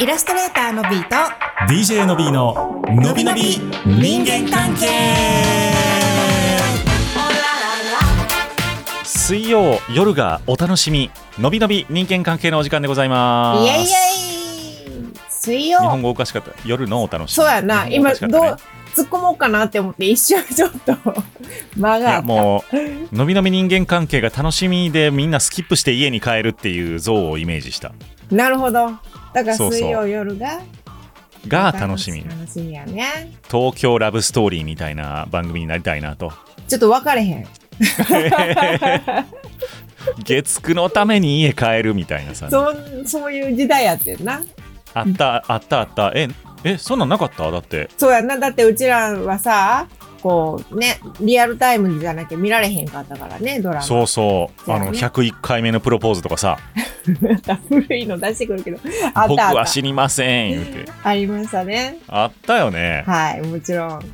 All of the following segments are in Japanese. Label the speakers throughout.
Speaker 1: イラストレーターのビーと
Speaker 2: DJ のびーののびのび人間関係水曜夜がお楽しみのびのび人間関係のお時間でございます
Speaker 1: イエイイエイ水曜
Speaker 2: 日本語おかしかった夜のお楽しみ
Speaker 1: そうやな、
Speaker 2: 日本語
Speaker 1: 今
Speaker 2: おかし
Speaker 1: どう
Speaker 2: かったね
Speaker 1: 突っ込もうかなって思って一瞬ちょっと 間
Speaker 2: い
Speaker 1: があ
Speaker 2: や
Speaker 1: った
Speaker 2: もうのびのび人間関係が楽しみでみんなスキップして家に帰るっていう像をイメージした
Speaker 1: なるほどだから
Speaker 2: そうそう
Speaker 1: 水曜夜が
Speaker 2: が楽しみ
Speaker 1: 楽しみやね
Speaker 2: 東京ラブストーリーみたいな番組になりたいなと
Speaker 1: ちょっと分かれへん
Speaker 2: 月9のために家帰るみたいなさ
Speaker 1: そんそういう時代やってんな
Speaker 2: あったあったあったええそんなんなかっただって
Speaker 1: そうやなだってうちらはさこうねリアルタイムじゃなきゃ見られへんかったからねドラマ
Speaker 2: そうそう
Speaker 1: そう
Speaker 2: あ
Speaker 1: やね
Speaker 2: の101回目のプロポーズとかさ
Speaker 1: 古いの出してくるけど
Speaker 2: 「
Speaker 1: あっ
Speaker 2: 僕
Speaker 1: たあ
Speaker 2: は
Speaker 1: っ
Speaker 2: 死にません」言うて
Speaker 1: たありましたね
Speaker 2: あったよね
Speaker 1: はいもちろん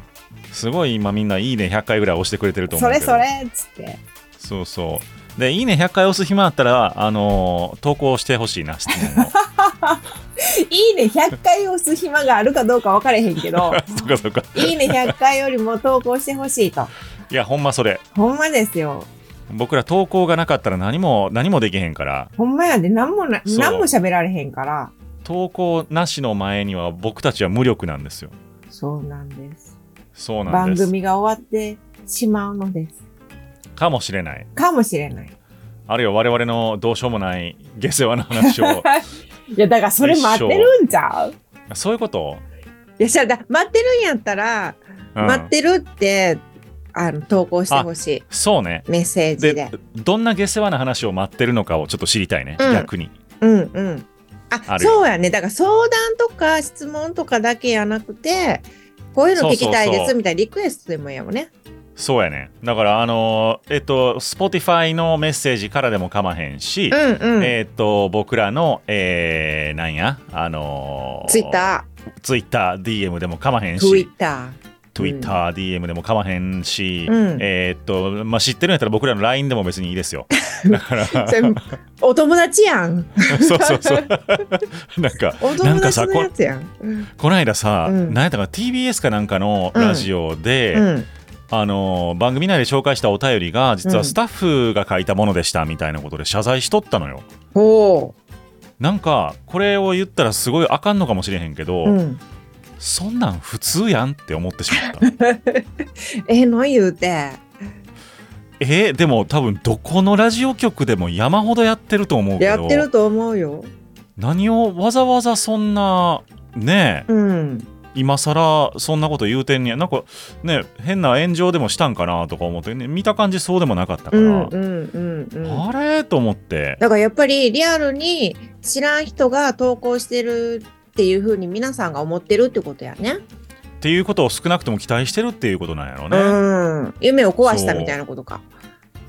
Speaker 2: すごい今みんな「いいね100回」ぐらい押してくれてると思
Speaker 1: そう
Speaker 2: け
Speaker 1: れ
Speaker 2: ど
Speaker 1: それっつって
Speaker 2: そうそうで「いいね100回」押す暇あったらあのー投稿してほしいな質問 を
Speaker 1: いいね100回押す暇があるかどうか分かれへんけ ど
Speaker 2: そっかそっか
Speaker 1: いいね100回よりも投稿してほしいと
Speaker 2: いやほんまそれ
Speaker 1: ほんまですよ
Speaker 2: 僕ら投稿がなかったら何も何もできへんから
Speaker 1: ほんまやで何もな
Speaker 2: そう
Speaker 1: 何も喋られへんから
Speaker 2: 投稿なしの前には僕たちは無力なんですよ
Speaker 1: そうなんです
Speaker 2: そうなん
Speaker 1: 番
Speaker 2: です
Speaker 1: 組が終わってしまうのです
Speaker 2: かもしれない
Speaker 1: かもしれない
Speaker 2: あるいは我々のどうしようもない下世話な話を
Speaker 1: いやだからそれ待ってるんちゃう
Speaker 2: そういう こと、
Speaker 1: いやしゃだ待ってるんやったら、
Speaker 2: うん
Speaker 1: 待ってるってあの投稿してほし
Speaker 2: そうね
Speaker 1: いメッセージで
Speaker 2: でどんな下世話な話を待ってるのかをちょっと知りたいね、
Speaker 1: うん
Speaker 2: 逆に
Speaker 1: うんうんあ
Speaker 2: あるよ
Speaker 1: そうやねだから相談とか質問とかだけやなくてこういうの聞きたい
Speaker 2: そ
Speaker 1: で
Speaker 2: うそう
Speaker 1: す
Speaker 2: そう
Speaker 1: みたいなリクエストでもいいやもんね
Speaker 2: そうやねだからあのーえっと Spotify のメッセージからでもかまへんし、
Speaker 1: うんうん
Speaker 2: えっと僕らのえー、なんやあの
Speaker 1: ツイッタ
Speaker 2: ー TwitterDM でもかまへん
Speaker 1: ーツイッ
Speaker 2: し
Speaker 1: タ
Speaker 2: TwitterDM でもかまへんし、
Speaker 1: うん
Speaker 2: えっとまあ知ってるんやったら僕らの LINE でも別にいいで すよだから
Speaker 1: ーそれお友達やん
Speaker 2: そうそう そうなんか
Speaker 1: お
Speaker 2: な
Speaker 1: 友
Speaker 2: んか
Speaker 1: 達
Speaker 2: さ
Speaker 1: の
Speaker 2: こ
Speaker 1: やつやんうん
Speaker 2: この間さ、
Speaker 1: うん
Speaker 2: なんやったかな TBS かなんかのラジオで、
Speaker 1: うん
Speaker 2: あの番組内で紹介したお便りが実
Speaker 1: う
Speaker 2: は
Speaker 1: ん
Speaker 2: スタッフが書いたものでしたみたいなことで謝罪しとったのよ。
Speaker 1: ほ
Speaker 2: なんかこれを言ったらすごいあかんのかもしれへんけど、
Speaker 1: う、うん、
Speaker 2: そんなん普通やんって思ってしまった。
Speaker 1: え ー、何言うて
Speaker 2: えーでも多分どこのラジオ局でも山ほどやってると思うけ
Speaker 1: やってる
Speaker 2: ど
Speaker 1: と思うよ
Speaker 2: 何をわざわざそんなねえ
Speaker 1: うん
Speaker 2: 今更そんなこと言うてんねやなんかね変な炎上でもしたんかなとか思って、ね、見た感じそうでもなかったか
Speaker 1: う
Speaker 2: ら、
Speaker 1: んうんうんうん
Speaker 2: あれと思って
Speaker 1: だからやっぱりリアルに知らん人が投稿してるっていうふうに皆さんが思ってるってことやね。
Speaker 2: っていうことを少なくとも期待してるっていうことなんやろう
Speaker 1: う
Speaker 2: ね。
Speaker 1: ん。夢を壊したみたいなことか。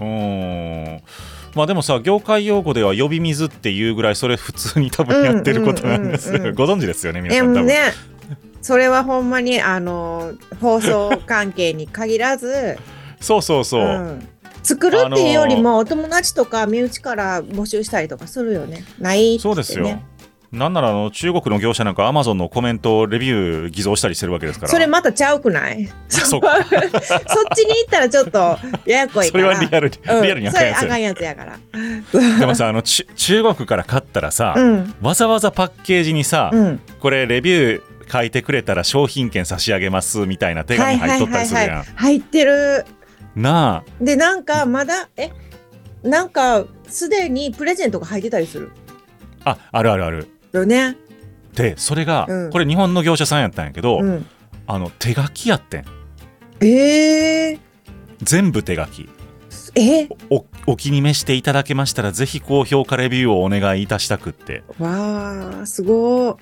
Speaker 2: うんまあでもさ業界用語では呼び水っていうぐらいそれ普通に多分やってることなんです、
Speaker 1: うんうんうんうん
Speaker 2: ご存知ですよね皆
Speaker 1: で
Speaker 2: さん多
Speaker 1: も
Speaker 2: 分、
Speaker 1: ね、それはほんまにあの放送関係に限らず、
Speaker 2: そうそうそう、
Speaker 1: ん作るっていうよりもお友達とか身内から募集したりとかするよね。ないって
Speaker 2: そ
Speaker 1: 言
Speaker 2: う
Speaker 1: って、ね。
Speaker 2: ですよ、なんならあの中国の業者なんかアマゾンのコメントレビュー偽造したりしてるわけですから
Speaker 1: それまたちゃうくない
Speaker 2: そ
Speaker 1: そっ
Speaker 2: う
Speaker 1: ちに行ったらちょっとややこい
Speaker 2: そ
Speaker 1: か
Speaker 2: れ
Speaker 1: ら。
Speaker 2: はリアルに、
Speaker 1: うん
Speaker 2: リアルにあかんやつ
Speaker 1: それあか
Speaker 2: やね
Speaker 1: んやつやから。
Speaker 2: でもさあのち中国から買ったらさ、
Speaker 1: うん。
Speaker 2: わざわざパッケージにさ、
Speaker 1: うん。
Speaker 2: これレビュー書いてくれたら商品券差し上げますみたいな手紙入っとったりするやん、
Speaker 1: はいはいはいはい入ってる
Speaker 2: なあ
Speaker 1: でなんかまだえなんかすでにプレゼントが入ってたりする
Speaker 2: ああるあるある
Speaker 1: よね
Speaker 2: でそれが、
Speaker 1: うん
Speaker 2: これ日本の業者さんやったんやけど、
Speaker 1: うん
Speaker 2: あの手書きやってん
Speaker 1: えー、
Speaker 2: 全部手書き
Speaker 1: え
Speaker 2: おお気に召していただけましたらぜひ高評価レビューをお願いいたしたくって
Speaker 1: わあすごー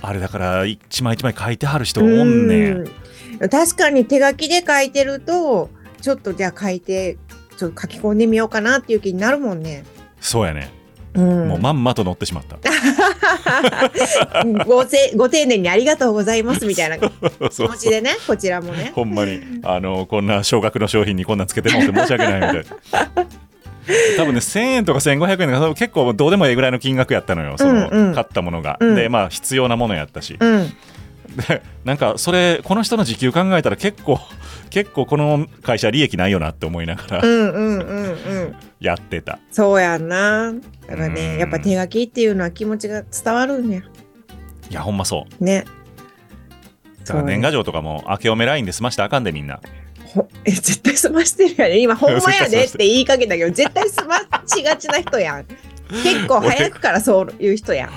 Speaker 2: あれだから一枚一枚書いてはる人お
Speaker 1: うん
Speaker 2: ねん
Speaker 1: ん確かに手書きで書いてるとちょっとじゃあ書いてちょっと書き込んでみようかなっていう気になるもんね
Speaker 2: そうやね、
Speaker 1: うん
Speaker 2: もうまんまと乗ってしまった
Speaker 1: ごせご丁寧にありがとうございますみたい な気
Speaker 2: そう
Speaker 1: 持
Speaker 2: そ
Speaker 1: ち
Speaker 2: う
Speaker 1: でねこちらもね
Speaker 2: ほんまにあのこんな少額の商品にこんなんつけてもって申し訳ないみたいな多分ね1000円とか1500円とか結構どうでもええぐらいの金額やったのよその、
Speaker 1: うんうん
Speaker 2: 買ったものが、
Speaker 1: うん
Speaker 2: でまあ必要なものやったし、
Speaker 1: うん。
Speaker 2: でなんかそれこの人の時給考えたら結構結構この会社利益ないよなって思いなが
Speaker 1: う
Speaker 2: ら
Speaker 1: んうんうんうん。
Speaker 2: やってた、
Speaker 1: そうやんな。だから
Speaker 2: う
Speaker 1: ね、
Speaker 2: ん
Speaker 1: やっぱ手書きっていうのは気持ちが伝わるんや。
Speaker 2: いやほんまそう
Speaker 1: ね。
Speaker 2: だから年賀状とかも明けおめラインで済ましてあかんでみんな
Speaker 1: ほ え絶対済ましてるやん。今、ほ んまやでっ
Speaker 2: 絶対済ましてて
Speaker 1: 言いかけたけど、絶対済ましがちな人 やん。結構早くからそういう人やん。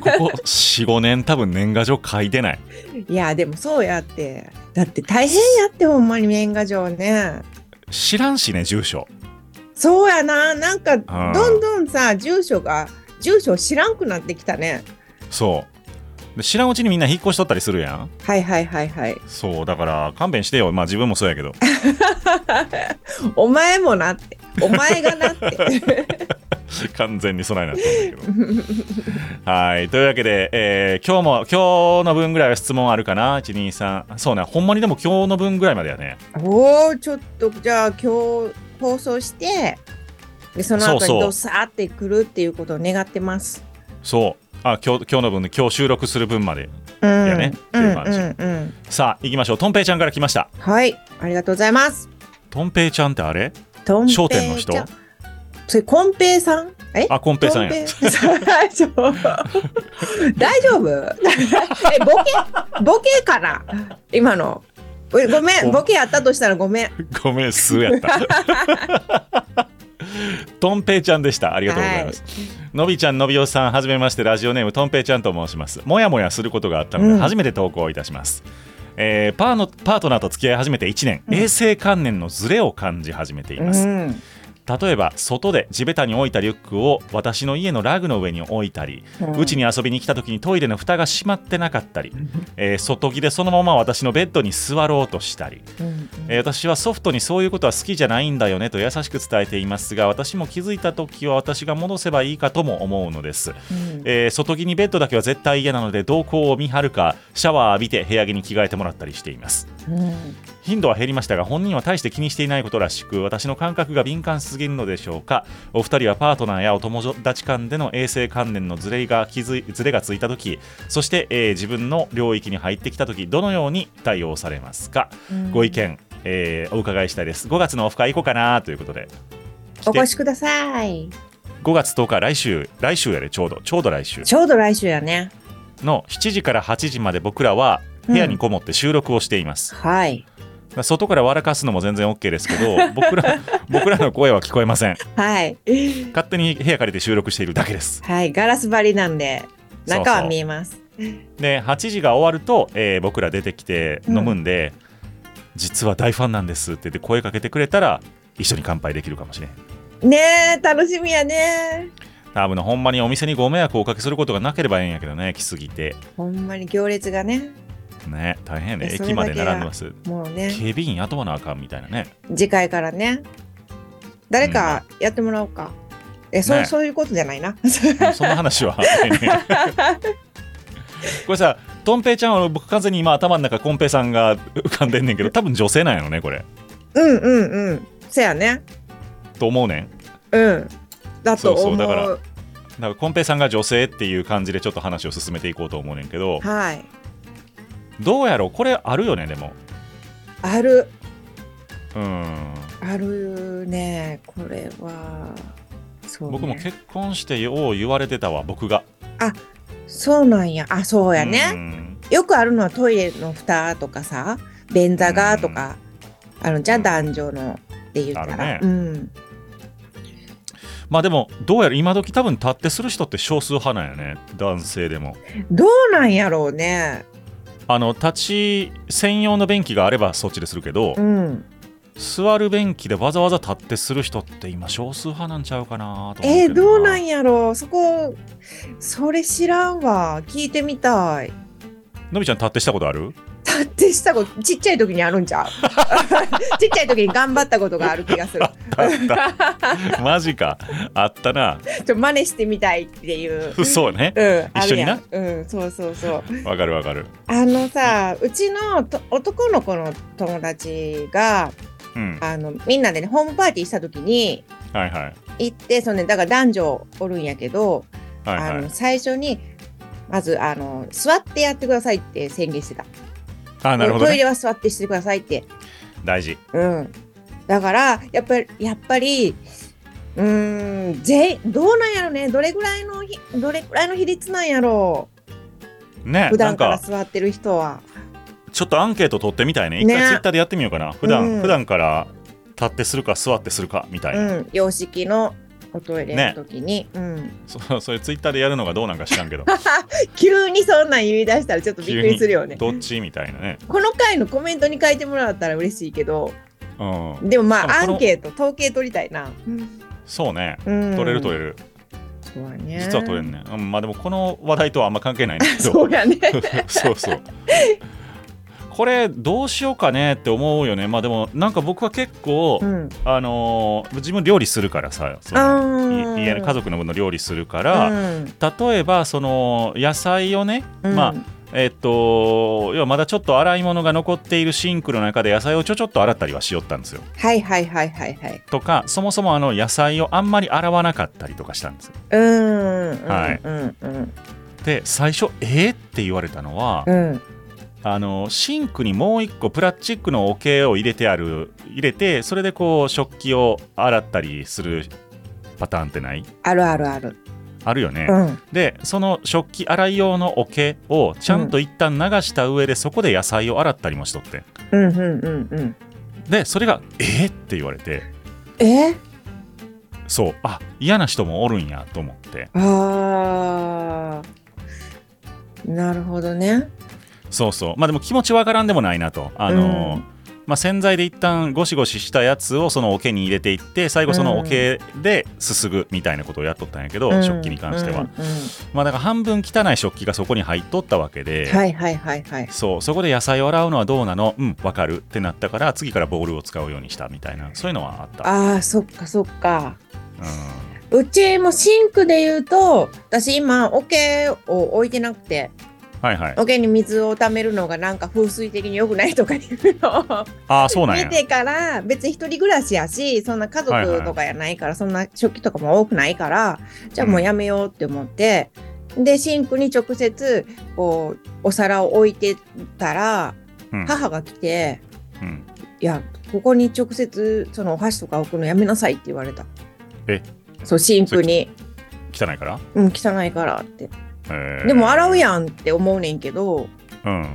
Speaker 2: ここ45年多分年賀状書いてない
Speaker 1: いや、でもそうやって。だって大変やって、ほんまに年賀状ね。
Speaker 2: 知らんしね住所
Speaker 1: そうやな。なんか、
Speaker 2: ん
Speaker 1: どんどんさ、住所が、住所知らんくなってきたね。
Speaker 2: そうで知らんうちにみんな引っ越しとったりするやん
Speaker 1: はいはいはいはい。
Speaker 2: そうだから勘弁してよまあ自分もそうやけど
Speaker 1: お前もなって。お前がなって。
Speaker 2: 完全に備えなと思うんだけどはいというわけで、えー今日も今日の分ぐらいは質問あるかな123そうねほんまにでも今日の分ぐらいまでやね
Speaker 1: おお、ちょっと、じゃあ今日放送して、でその後
Speaker 2: そうそ
Speaker 1: に
Speaker 2: う
Speaker 1: どさーってくるっていうことを願ってます。
Speaker 2: そうあ今日今日の分で今日収録する分まで
Speaker 1: うん。
Speaker 2: やねっていう感じ
Speaker 1: うんうんうん。
Speaker 2: さあ行きましょうとんぺいちゃんから来ました
Speaker 1: はい。ありがとうございます。
Speaker 2: とんぺいちゃんってあれ
Speaker 1: とんぺいちゃん
Speaker 2: 商店の人
Speaker 1: それ、こんぺいさんえ
Speaker 2: あこんぺいさんや
Speaker 1: とんぺいさん大丈夫え、ボケボケかな今の。えごめん、ボケやったとしたらごめん。
Speaker 2: ごめん、すーやった。 とんぺいちゃんでした。ありがとうございます。のびちゃん、のびおさん、はじめまして、ラジオネームとんぺいちゃんと申します。もやもやすることがあった
Speaker 1: う
Speaker 2: の
Speaker 1: ん
Speaker 2: で、初めて投稿いたします。えーパーのパートナーと付き合い始めて1年、
Speaker 1: うん
Speaker 2: 衛生観念のズレを感じ始めています、
Speaker 1: ん。
Speaker 2: 例えば外で地べたに置いたリュックを私の家のラグの上に置いたり、うちに遊びに来た時にトイレの蓋が閉まってなかったり、えー外着でそのまま私のベッドに座ろうとしたり、
Speaker 1: うん。
Speaker 2: えー私はソフトにそういうことは好きじゃないんだよねと優しく伝えていますが私も気づいた時は私が戻せばいいかとも思うのです、
Speaker 1: うん
Speaker 2: えー外着にベッドだけは絶対嫌なので動向を見張るかシャワー浴びて部屋着に着替えてもらったりしています
Speaker 1: うん
Speaker 2: 頻度は減りましたが本人は大して気にしていないことらしく私の感覚が敏感すぎるのでしょうかお二人はパートナーやお友達間での衛生観念のズレが気づいズレがついた時そして、えー自分の領域に入ってきた時どのように対応されますかご意見、えーお伺いしたいです。5月のオフ会行こうかなということで。
Speaker 1: お越
Speaker 2: 来て
Speaker 1: しください。
Speaker 2: 5月10日、来週、来週やで、ちょうど、ちょうど来週
Speaker 1: ちょうど来週やね。
Speaker 2: の7時から8時まで僕らは部屋にこもって収録をしています。
Speaker 1: はい。
Speaker 2: 外から笑かすのも全然 OK ですけど、 僕ら、僕らの声は聞こえません。
Speaker 1: はい。
Speaker 2: 勝手に部屋借りて収録しているだけです。
Speaker 1: はい。ガラス張りなんで、
Speaker 2: そうそう
Speaker 1: 中は見えます。
Speaker 2: で、8時が終わると、えー僕ら出てきて飲むんで、実は大ファンなんですって言って声かけてくれたら、一緒に乾杯できるかもしれん。
Speaker 1: ねえ、楽しみやね。
Speaker 2: 多分ねほんまにお店にご迷惑をおかけすることがなければええんやけどね来すぎて
Speaker 1: ほんまに行列がね、
Speaker 2: ね大変
Speaker 1: い
Speaker 2: ね
Speaker 1: やそれ
Speaker 2: 駅まで並んでます
Speaker 1: もうね、
Speaker 2: 警備員雇わなあかんみたいなね
Speaker 1: 次回からね、誰かやってもらおうか。え、そう、
Speaker 2: ね
Speaker 1: そういうことじゃないな。
Speaker 2: もうそんな話はこれさとんぺいちゃんは僕完全に今頭の中こんぺいさんが浮かんでんねんけど多分女性なんやろねこれ
Speaker 1: うんうんうん。せやね。
Speaker 2: と思うねん
Speaker 1: うん。だと思う。
Speaker 2: そうそうだからだからこんぺいさんが女性っていう感じでちょっと話を進めていこうと思うねんけど
Speaker 1: はい。
Speaker 2: どうやろうこれあるよねでも
Speaker 1: ある、
Speaker 2: うん
Speaker 1: あるね。これは。そうね
Speaker 2: 僕も結婚してよう言われてたわ僕が
Speaker 1: そうなんや。あ、そうやね。
Speaker 2: うん
Speaker 1: よくあるのはトイレの蓋とかさ便座がとか、あのじゃあ
Speaker 2: うん
Speaker 1: 男女のって言ったら、
Speaker 2: あるね
Speaker 1: うん、
Speaker 2: まあでもどうやら今時多分立ってする人って少数派なんやね男性でも
Speaker 1: どうなんやろうね
Speaker 2: あの立ち専用の便器があればそっちでするけど、
Speaker 1: うん
Speaker 2: 座る便器でわざわざ立ってする人って今少数派なんちゃうかなと思
Speaker 1: えー、どうなん
Speaker 2: や
Speaker 1: やろうそこそれ知らんわ聞いてみたい
Speaker 2: のびちゃん立ってしたこと ある
Speaker 1: 立ってしたことちっちゃい時にあるんちゃ うちっちゃい時に頑張ったことがある気がする
Speaker 2: マジかあっ たな
Speaker 1: ちょっと真似してみたいっていう、
Speaker 2: そうね
Speaker 1: うん、あるやん
Speaker 2: 一
Speaker 1: うんそうそうそう
Speaker 2: わかるわかる
Speaker 1: あのさうちのと男の子の友達が
Speaker 2: うん
Speaker 1: あのみんなでねホームパーティーした時に
Speaker 2: はいはい
Speaker 1: 行ってその、ね、だから男女おるんやけど、
Speaker 2: はいはい
Speaker 1: あの最初にまずあの座ってやってくださいって宣言してた、
Speaker 2: あなるほど
Speaker 1: トイ
Speaker 2: ね
Speaker 1: レは座ってしてくださいって、
Speaker 2: 大事
Speaker 1: うん、だからやっぱりやっぱりうーん全員どうなんやろねどれぐらいのひどれぐらいの比率なんやろ
Speaker 2: ね
Speaker 1: う普
Speaker 2: な
Speaker 1: 段
Speaker 2: ん
Speaker 1: から
Speaker 2: か
Speaker 1: 座ってる人は
Speaker 2: ちょっとアンケート取ってみたいね一
Speaker 1: ね
Speaker 2: 回ツイッターでやってみようかな普段、
Speaker 1: うん
Speaker 2: 普段から立ってするか座ってするかみたいな、
Speaker 1: うん洋式のおトイレの時に、うん、
Speaker 2: そそれツイッターでやるのがどうなんか知らんけど
Speaker 1: 急にそんなん言い出したらちょっと びっくりするよね
Speaker 2: どっちみたいなね、
Speaker 1: この回のコメントに書いてもらったら嬉しいけど
Speaker 2: うん、
Speaker 1: でもまあ
Speaker 2: あ
Speaker 1: ア
Speaker 2: この
Speaker 1: ンケート統計取りたいな、
Speaker 2: そうね
Speaker 1: うん、
Speaker 2: 取れる取
Speaker 1: る
Speaker 2: れる、
Speaker 1: そうやね
Speaker 2: 実は取れんね、うん、まあでもこの話題とはあんま関係ないんだけど
Speaker 1: そうやね
Speaker 2: そうそう。これどうしようかねって思うよね。まあでもなんか僕は結構、
Speaker 1: うん
Speaker 2: あのー自分料理するからさ、その
Speaker 1: あー
Speaker 2: い家の家族の分の料理するから、
Speaker 1: うん
Speaker 2: 例えばその野菜をね、
Speaker 1: うん
Speaker 2: まあえっと要はまだちょっと洗い物が残っているシンクの中で野菜をちょちょっと洗ったりはしよったんですよ。
Speaker 1: はいはいはいはいはい
Speaker 2: とかそもそもあの野菜をあんまり洗わなかったりとかしたんですよ。
Speaker 1: うんうん
Speaker 2: はい
Speaker 1: うんうん
Speaker 2: で最初えー、って言われたのは。
Speaker 1: うん
Speaker 2: あのシンクにもう一個プラスチックの桶を入れてある入れてそれでこう食器を洗ったりするパターンってない
Speaker 1: あるあるある
Speaker 2: あるよね、
Speaker 1: うん
Speaker 2: でその食器洗い用の桶をちゃんと一旦流した上で、そこで野菜を洗ったりもしとって
Speaker 1: うんうんうんうん
Speaker 2: でそれが「えっ?」って言われて
Speaker 1: え
Speaker 2: そうあ嫌な人もおるんやと思って
Speaker 1: あーなるほどね
Speaker 2: そうそうまあでも気持ちわからんでもないなとあ
Speaker 1: う
Speaker 2: のー
Speaker 1: ん
Speaker 2: まあ、洗剤で一旦ゴシゴシしたやつをその桶に入れていって最後その桶ですすぐみたいなことをやっとったんやけど、
Speaker 1: うん
Speaker 2: 食器に関して
Speaker 1: う
Speaker 2: は、
Speaker 1: んうん
Speaker 2: まあだから半分汚い食器がそこに入っとったわけで、
Speaker 1: はいはいはいはい
Speaker 2: そうそこで野菜を洗うのはどうなのうんわかるってなったから次からボールを使うようにしたみたいなそういうのはあった
Speaker 1: あーそっかそっか
Speaker 2: うん
Speaker 1: うちもシンクで言うと私今桶を置いてなくて
Speaker 2: はいはい
Speaker 1: 桶に水を溜めるのがなんか風水的に良くないとかいうのを
Speaker 2: ああそうなんや
Speaker 1: 見てから別に一人暮らしやしそんな家族とかやないから、そんな食器とかも多くないからじゃあもうやめようって思って、でシンクに直接こうお皿を置いてたら
Speaker 2: うん
Speaker 1: 母が来て
Speaker 2: うん
Speaker 1: 「いやここに直接そのお箸とか置くのやめなさい」って言われた。
Speaker 2: え
Speaker 1: そうシンクに
Speaker 2: 汚いから、
Speaker 1: うん汚いからって
Speaker 2: えー
Speaker 1: でも洗うやんって思うねんけど
Speaker 2: うん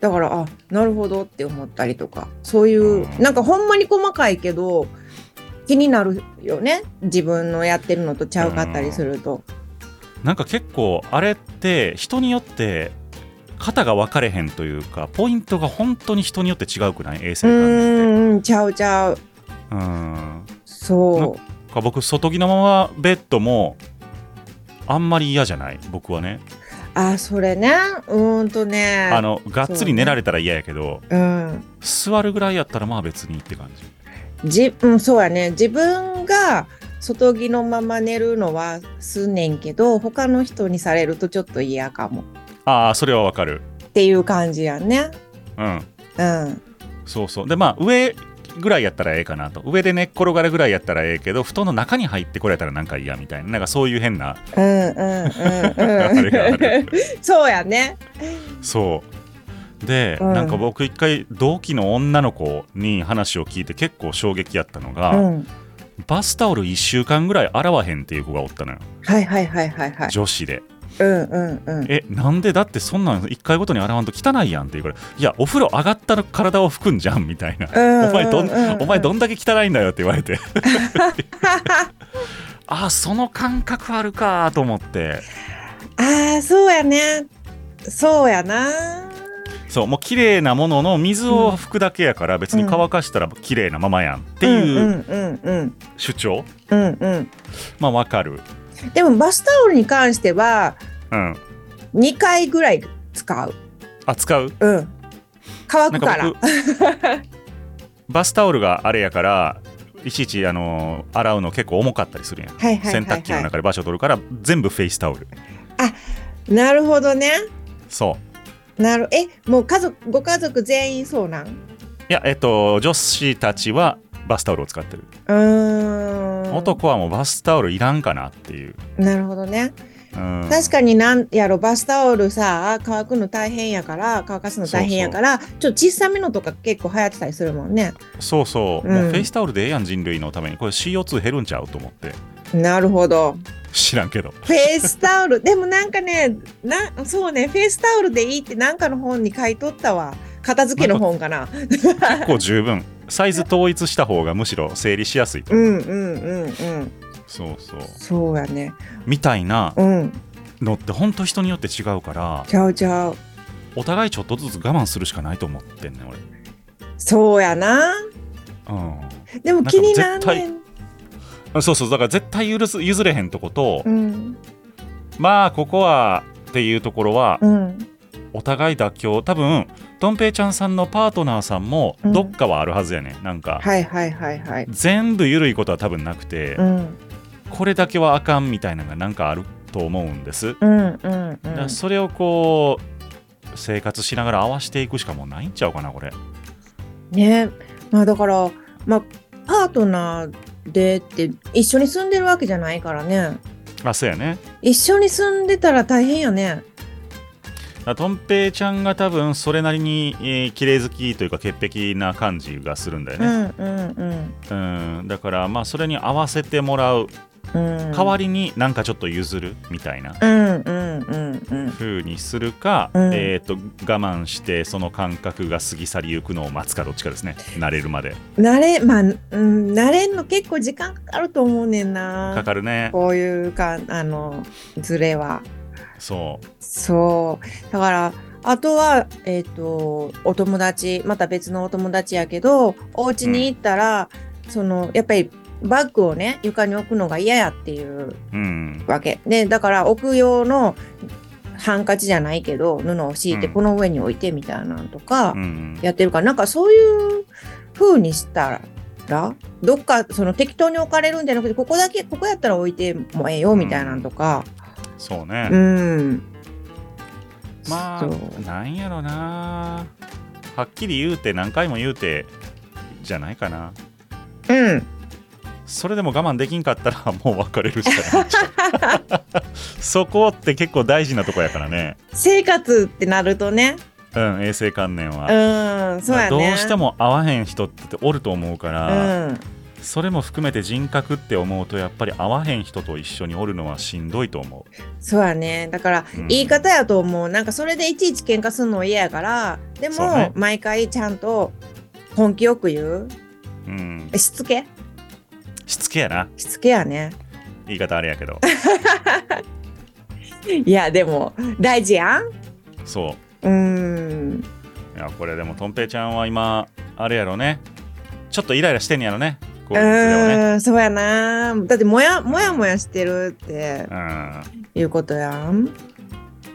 Speaker 1: だからあなるほどって思ったりとかそういう、
Speaker 2: うん
Speaker 1: なんかほんまに細かいけど気になるよね自分のやってるのとちゃうかったりすると、
Speaker 2: なんか結構あれって人によって肩が分かれへんというかポイントが本当に人によって違うくない衛生
Speaker 1: う
Speaker 2: 観念って
Speaker 1: んうんちゃうちゃう
Speaker 2: うん
Speaker 1: そ
Speaker 2: か僕外着のままベッドもあんまり嫌じゃない僕はね
Speaker 1: うあそれねうーんとね
Speaker 2: あのがっつり寝られたら嫌やけど、
Speaker 1: うん
Speaker 2: 座るぐらいやったらまあ別にって感じ
Speaker 1: じ、うん、そうやね自分が外着のまま寝るのはすんねんけど他の人にされるとちょっと嫌かも
Speaker 2: ああそれはわかる
Speaker 1: っていう感じやね
Speaker 2: うん
Speaker 1: うん
Speaker 2: そうそうでまあ上ぐらいやったらええかなと上で寝っ転がるぐらいやったらええけど布団の中に入ってこられたらなんか嫌みたいななんかそういう変な
Speaker 1: うんうんうんうん
Speaker 2: あれがあ る
Speaker 1: そうやね
Speaker 2: そうで、
Speaker 1: うん
Speaker 2: なんか僕一回同期の女の子に話を聞いて結構衝撃やったのが、
Speaker 1: うん
Speaker 2: バスタオル1週間ぐらい洗わへんっていう子がおったのよ
Speaker 1: はいはいはいはいはい。
Speaker 2: 女子で
Speaker 1: うんうんうん。
Speaker 2: えなんでだってそんなん1回ごとに洗わんと汚いやんっていうからいやお風呂上がったら体を拭くんじゃんみたいな、
Speaker 1: うん
Speaker 2: お前どん、
Speaker 1: うんうんうん
Speaker 2: お前どんだけ汚いんだよって言われ てああその感覚あるかと思って
Speaker 1: ああそうやね。そうやな。
Speaker 2: そうもう綺麗なものの水を拭くだけやから別に乾かしたら綺麗なままやんって
Speaker 1: う
Speaker 2: いうん
Speaker 1: うんうん
Speaker 2: 主張
Speaker 1: うんうん
Speaker 2: まあわかる
Speaker 1: うん。でもバスタオルに関しては
Speaker 2: うん
Speaker 1: 2回ぐらい使う。
Speaker 2: あ使う
Speaker 1: うん。乾くから。
Speaker 2: 僕バスタオルがあれやからいちいちあのー洗うの結構重かったりするやん
Speaker 1: はいはい
Speaker 2: 洗
Speaker 1: はい
Speaker 2: 濯機の
Speaker 1: は
Speaker 2: 中で場所取るから全部フェイスタオル
Speaker 1: い。なるほどね。
Speaker 2: そう
Speaker 1: なるえもう家族ご家族全員そうなん。
Speaker 2: いや、えっと、女子たちはバスタオルを使ってる。
Speaker 1: うーん。
Speaker 2: 男はもうバスタオルいらんかなっていう、
Speaker 1: なるほどね。
Speaker 2: うん、
Speaker 1: 確かになんやろバスタオルさ乾くの大変やから乾かすの大変やからちょっと小さめのとか結構流行ってたりするもんね。
Speaker 2: そうそう、
Speaker 1: うん
Speaker 2: もうフェイスタオルでええやん人類のためにこれ CO2 減るんちゃうと思って
Speaker 1: なるほど。
Speaker 2: 知らんけど
Speaker 1: フェイスタオルでもなんかねなそうねフェイスタオルでいいってなんかの本に書いとったわ片付けの本かな。
Speaker 2: 結構十分サイズ統一した方がむしろ整理しやすいと
Speaker 1: う
Speaker 2: 思う、
Speaker 1: んうんうんうん
Speaker 2: そうそう
Speaker 1: そうやね。
Speaker 2: みたいな
Speaker 1: うん
Speaker 2: のって本当人によって違うから
Speaker 1: ちゃうちゃう。
Speaker 2: お互いちょっとずつ我慢するしかないと思ってんねん俺、
Speaker 1: そうやな。
Speaker 2: う
Speaker 1: でも気になん
Speaker 2: なんか
Speaker 1: ねん。
Speaker 2: ん、そうそうだから絶対許す譲れへんとこと、
Speaker 1: うん
Speaker 2: まあここはっていうところは
Speaker 1: うん
Speaker 2: お互い妥協多分とんぺいちゃんさんのパートナーさんも
Speaker 1: うん
Speaker 2: どっかはあるはずやね、ん、なんか
Speaker 1: はいはいはいはい。
Speaker 2: 全部緩いことは多分なくて、
Speaker 1: うん
Speaker 2: これだけはあかんみたいなのがなんかあると思うんです、
Speaker 1: うんうんう
Speaker 2: だから
Speaker 1: ん。
Speaker 2: それをこう生活しながら合わしていくしかもうないんちゃうかなこれ
Speaker 1: ねまあだから、まあ、パートナーでって一緒に住んでるわけじゃないからね
Speaker 2: あそうやね
Speaker 1: 一緒に住んでたら大変やね
Speaker 2: だからとんぺいちゃんが多分それなりに、えー綺麗好きというか潔癖な感じがするんだよ
Speaker 1: う
Speaker 2: ね、
Speaker 1: んうん
Speaker 2: うん、だからまあそれに合わせてもらう
Speaker 1: うんうん
Speaker 2: 代わ
Speaker 1: り
Speaker 2: りになんかちょっと譲るみたいな
Speaker 1: うんうんうんうん
Speaker 2: 風にするか、
Speaker 1: うん
Speaker 2: えー、と我慢してその感覚が過ぎ去りゆくのを待つかどっちかですね慣れるまで
Speaker 1: 慣れまあ、うん、慣れんの結構時間かかると思うねんな
Speaker 2: かかるね
Speaker 1: こういうかあのズレは
Speaker 2: そ
Speaker 1: そうだからあとは、えっとお友達また別のお友達やけどお家に行ったら、そのやっぱりバッグをね床に置くのが嫌やっていう
Speaker 2: ううん
Speaker 1: わけでだから置く用のハンカチじゃないけど布を敷いて
Speaker 2: うん
Speaker 1: この上に置いてみたいなのとか
Speaker 2: うん
Speaker 1: やってるから、なんかそういう風にしたらどっかその適当に置かれるんじゃなくてここだけここやったら置いてもええよみたいなのとか。
Speaker 2: そうね、
Speaker 1: うん
Speaker 2: ま
Speaker 1: そ
Speaker 2: あ
Speaker 1: う
Speaker 2: なんやろなはっきり言うて何回も言うてじゃないかな
Speaker 1: うん、
Speaker 2: それでも我慢できんかったらもう別れるしかない そこって結構大事なとこやからね
Speaker 1: 生活ってなるとね
Speaker 2: うん衛生観念は、
Speaker 1: うんそうやね
Speaker 2: どうしても合わへん人っておると思うか
Speaker 1: う
Speaker 2: ら、
Speaker 1: ん
Speaker 2: それも含めて人格って思うとやっぱり合わへん人と一緒におるのはしんどいと思
Speaker 1: そうやねだから、
Speaker 2: うん
Speaker 1: 言い方やと思うなんかそれでいちいち喧嘩するの嫌やからでも、
Speaker 2: そうね
Speaker 1: 毎回ちゃんと本気よく言う
Speaker 2: う、うん、
Speaker 1: えしつけ
Speaker 2: しつけやな
Speaker 1: しつけやね
Speaker 2: 言い方あれや けど
Speaker 1: いやでも大事やん
Speaker 2: そう
Speaker 1: うん
Speaker 2: いやこれでもとんぺいちゃんは今あれやろねちょっとイライラしてんやろねこ
Speaker 1: う
Speaker 2: ういうのね
Speaker 1: んそうやなだってもやもやもやしてるって
Speaker 2: う
Speaker 1: いうことやん
Speaker 2: ん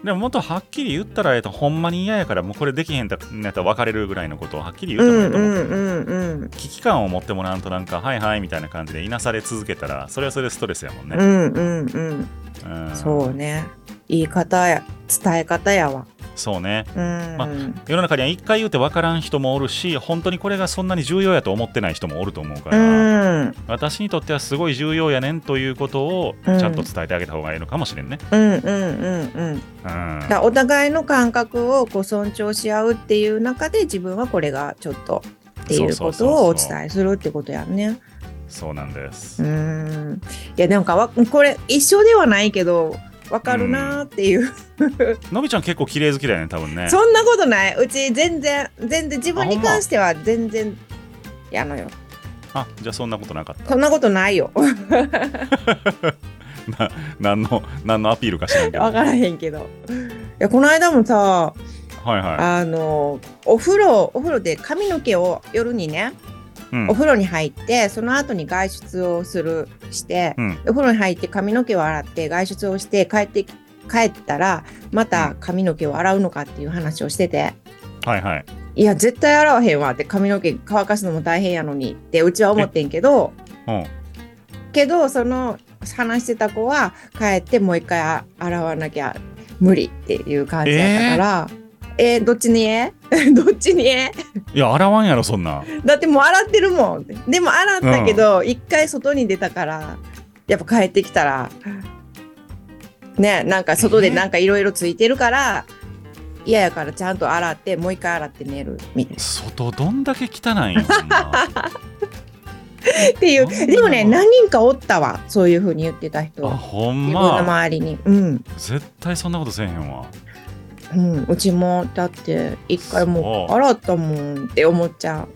Speaker 2: でももっとはっきり言ったらえっとほんまに嫌やからもうこれできへんだやったら別れるぐらいのことをはっきり
Speaker 1: う
Speaker 2: 言うてもいい
Speaker 1: んう
Speaker 2: と思う、
Speaker 1: んうんうん
Speaker 2: 危機感を持ってもらうとなんかはいはいみたいな感じでいなされ続けたらそれはそれでストレスやもん
Speaker 1: う
Speaker 2: ね、
Speaker 1: んうんうん
Speaker 2: うん
Speaker 1: そうね。言い方や、伝え方やわ。
Speaker 2: そうね
Speaker 1: うん。
Speaker 2: ま世の中には一回言うて分からん人もおるし本当にこれがそんなに重要やと思ってない人もおると思うか
Speaker 1: う
Speaker 2: ら、
Speaker 1: ん。
Speaker 2: 私にとってはすごい重要やねんということをちゃんと伝えてあげた方がいいのかもしれんね、
Speaker 1: うんうんうんうん。
Speaker 2: うん
Speaker 1: だからお互いの感覚をこう尊重し合うっていう中で自分はこれがちょっとっていう
Speaker 2: そう
Speaker 1: こ
Speaker 2: そうそう
Speaker 1: と
Speaker 2: そ
Speaker 1: を
Speaker 2: う
Speaker 1: お伝えするってことやんね。
Speaker 2: そうなんです、
Speaker 1: うん。いやなんかわこれ一緒ではないけど。わかるなーっていう、
Speaker 2: のびちゃん結構綺麗好きだよね多分ね
Speaker 1: そんなことないうち全然全然自分に
Speaker 2: あほんま
Speaker 1: 関しては全然やのよ
Speaker 2: あじゃあそんなことなかった
Speaker 1: そんなことないよ
Speaker 2: な何の何のアピールかしらんけど
Speaker 1: わからへんけどいやこの間もさ
Speaker 2: はいは
Speaker 1: あのお風呂お風呂で髪の毛を夜にね、
Speaker 2: い、うん
Speaker 1: お風呂に入ってその後に外出をするして、
Speaker 2: うん
Speaker 1: お風呂に入って髪の毛を洗って外出をして帰ってき帰ったらまた髪の毛を洗うのかっていう話をしてて、
Speaker 2: はいはい
Speaker 1: いや絶対洗わへんわって髪の毛乾かすのも大変やのにってうちは思ってんけど
Speaker 2: うん
Speaker 1: けどその話してた子は帰ってもう一回あ洗わなきゃ無理っていう感じやったから、えーどっちにえ どっちにえ
Speaker 2: いや洗わんやろそんな
Speaker 1: だってもう洗ってるもんでも洗ったけど一、回外に出たからやっぱ帰ってきたらねなんか外でなんかいろいろついてるから嫌やからちゃんと洗ってもう一回洗って寝るみたい
Speaker 2: 外どんだけ汚いんよほんま
Speaker 1: なっていう
Speaker 2: そんな
Speaker 1: でもね何人かおったわ そういうふうに言ってた人
Speaker 2: あほん
Speaker 1: 自分の
Speaker 2: ま
Speaker 1: 周りにうん、
Speaker 2: 絶対そんなことせえへんわ
Speaker 1: うん、うちもだって一回もう
Speaker 2: そう
Speaker 1: 洗ったもんって思っちゃ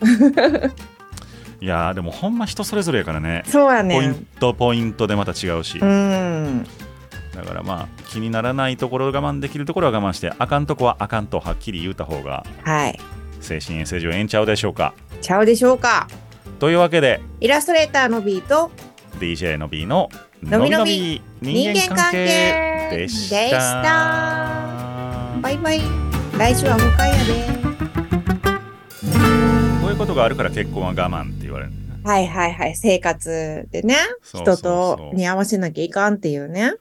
Speaker 2: いやーでもほんま人それぞれやからね
Speaker 1: うそうや
Speaker 2: ポ
Speaker 1: ね
Speaker 2: イントポイントでまた違うし、
Speaker 1: うん
Speaker 2: だからまあ気にならないところ我慢できるところは我慢してあかんとこはあかんとはっきり言うた方が
Speaker 1: はい
Speaker 2: 精神衛生上ええんちゃうでしょうか
Speaker 1: ちゃうでしょうか
Speaker 2: というわけで
Speaker 1: イラストレーターのビート
Speaker 2: DJ の B の「
Speaker 1: のびのび
Speaker 2: 人間関係」でし
Speaker 1: でした
Speaker 2: た。
Speaker 1: バイバイ来週は向かいやで
Speaker 2: こういうことがあるから結婚は我慢って言われるんだよね
Speaker 1: はいはいはい生活でね
Speaker 2: そうそ
Speaker 1: 人
Speaker 2: うそう
Speaker 1: とに合わせなきゃいかんっていうね